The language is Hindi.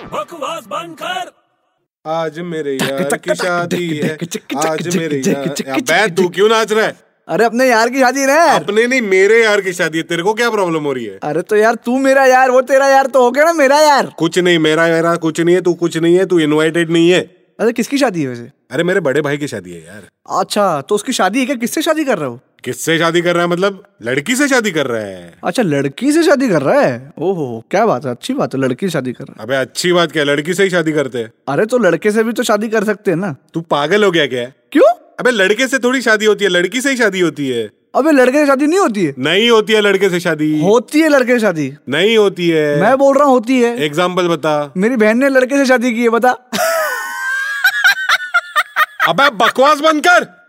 आवाज बंद कर आज मेरे यार की शादी है आज मेरे यार या बे, तू क्यों नाच रहा है अरे अपने यार की शादी ना यार अपने नहीं मेरे यार की शादी है तेरे को क्या प्रॉब्लम हो रही है अरे तो यार तू मेरा यार वो तेरा यार तो हो गया ना मेरा यार कुछ नहीं मेरा मेरा कुछ नहीं है तू कुछ नहीं है तू इनवाइटेड नहीं है अरे किसकी शादी है वैसे अरे मेरे बड़े भाई की शादी है यार अच्छा तो उसकी शादी है क्या किससे शादी कर रहे हो किससे शादी कर रहा है मतलब लड़की से शादी कर रहा है अच्छा लड़की से शादी कर रहा है ओहो क्या बात है अच्छी बात है लड़की से शादी कर रहा है अबे अच्छी बात क्या है, लड़की से ही शादी करते हैं अरे तो लड़के से भी तो शादी कर सकते हैं ना तू पागल हो गया क्या क्यों अबे लड़के से थोड़ी शादी होती है लड़की से ही शादी होती है अबे लड़के से शादी नहीं होती है नहीं होती है लड़के से शादी होती है लड़के से शादी नहीं होती है मैं बोल रहा हूँ होती है एग्जाम्पल बता मेरी बहन ने लड़के से शादी की है बता अबे बकवास बंद कर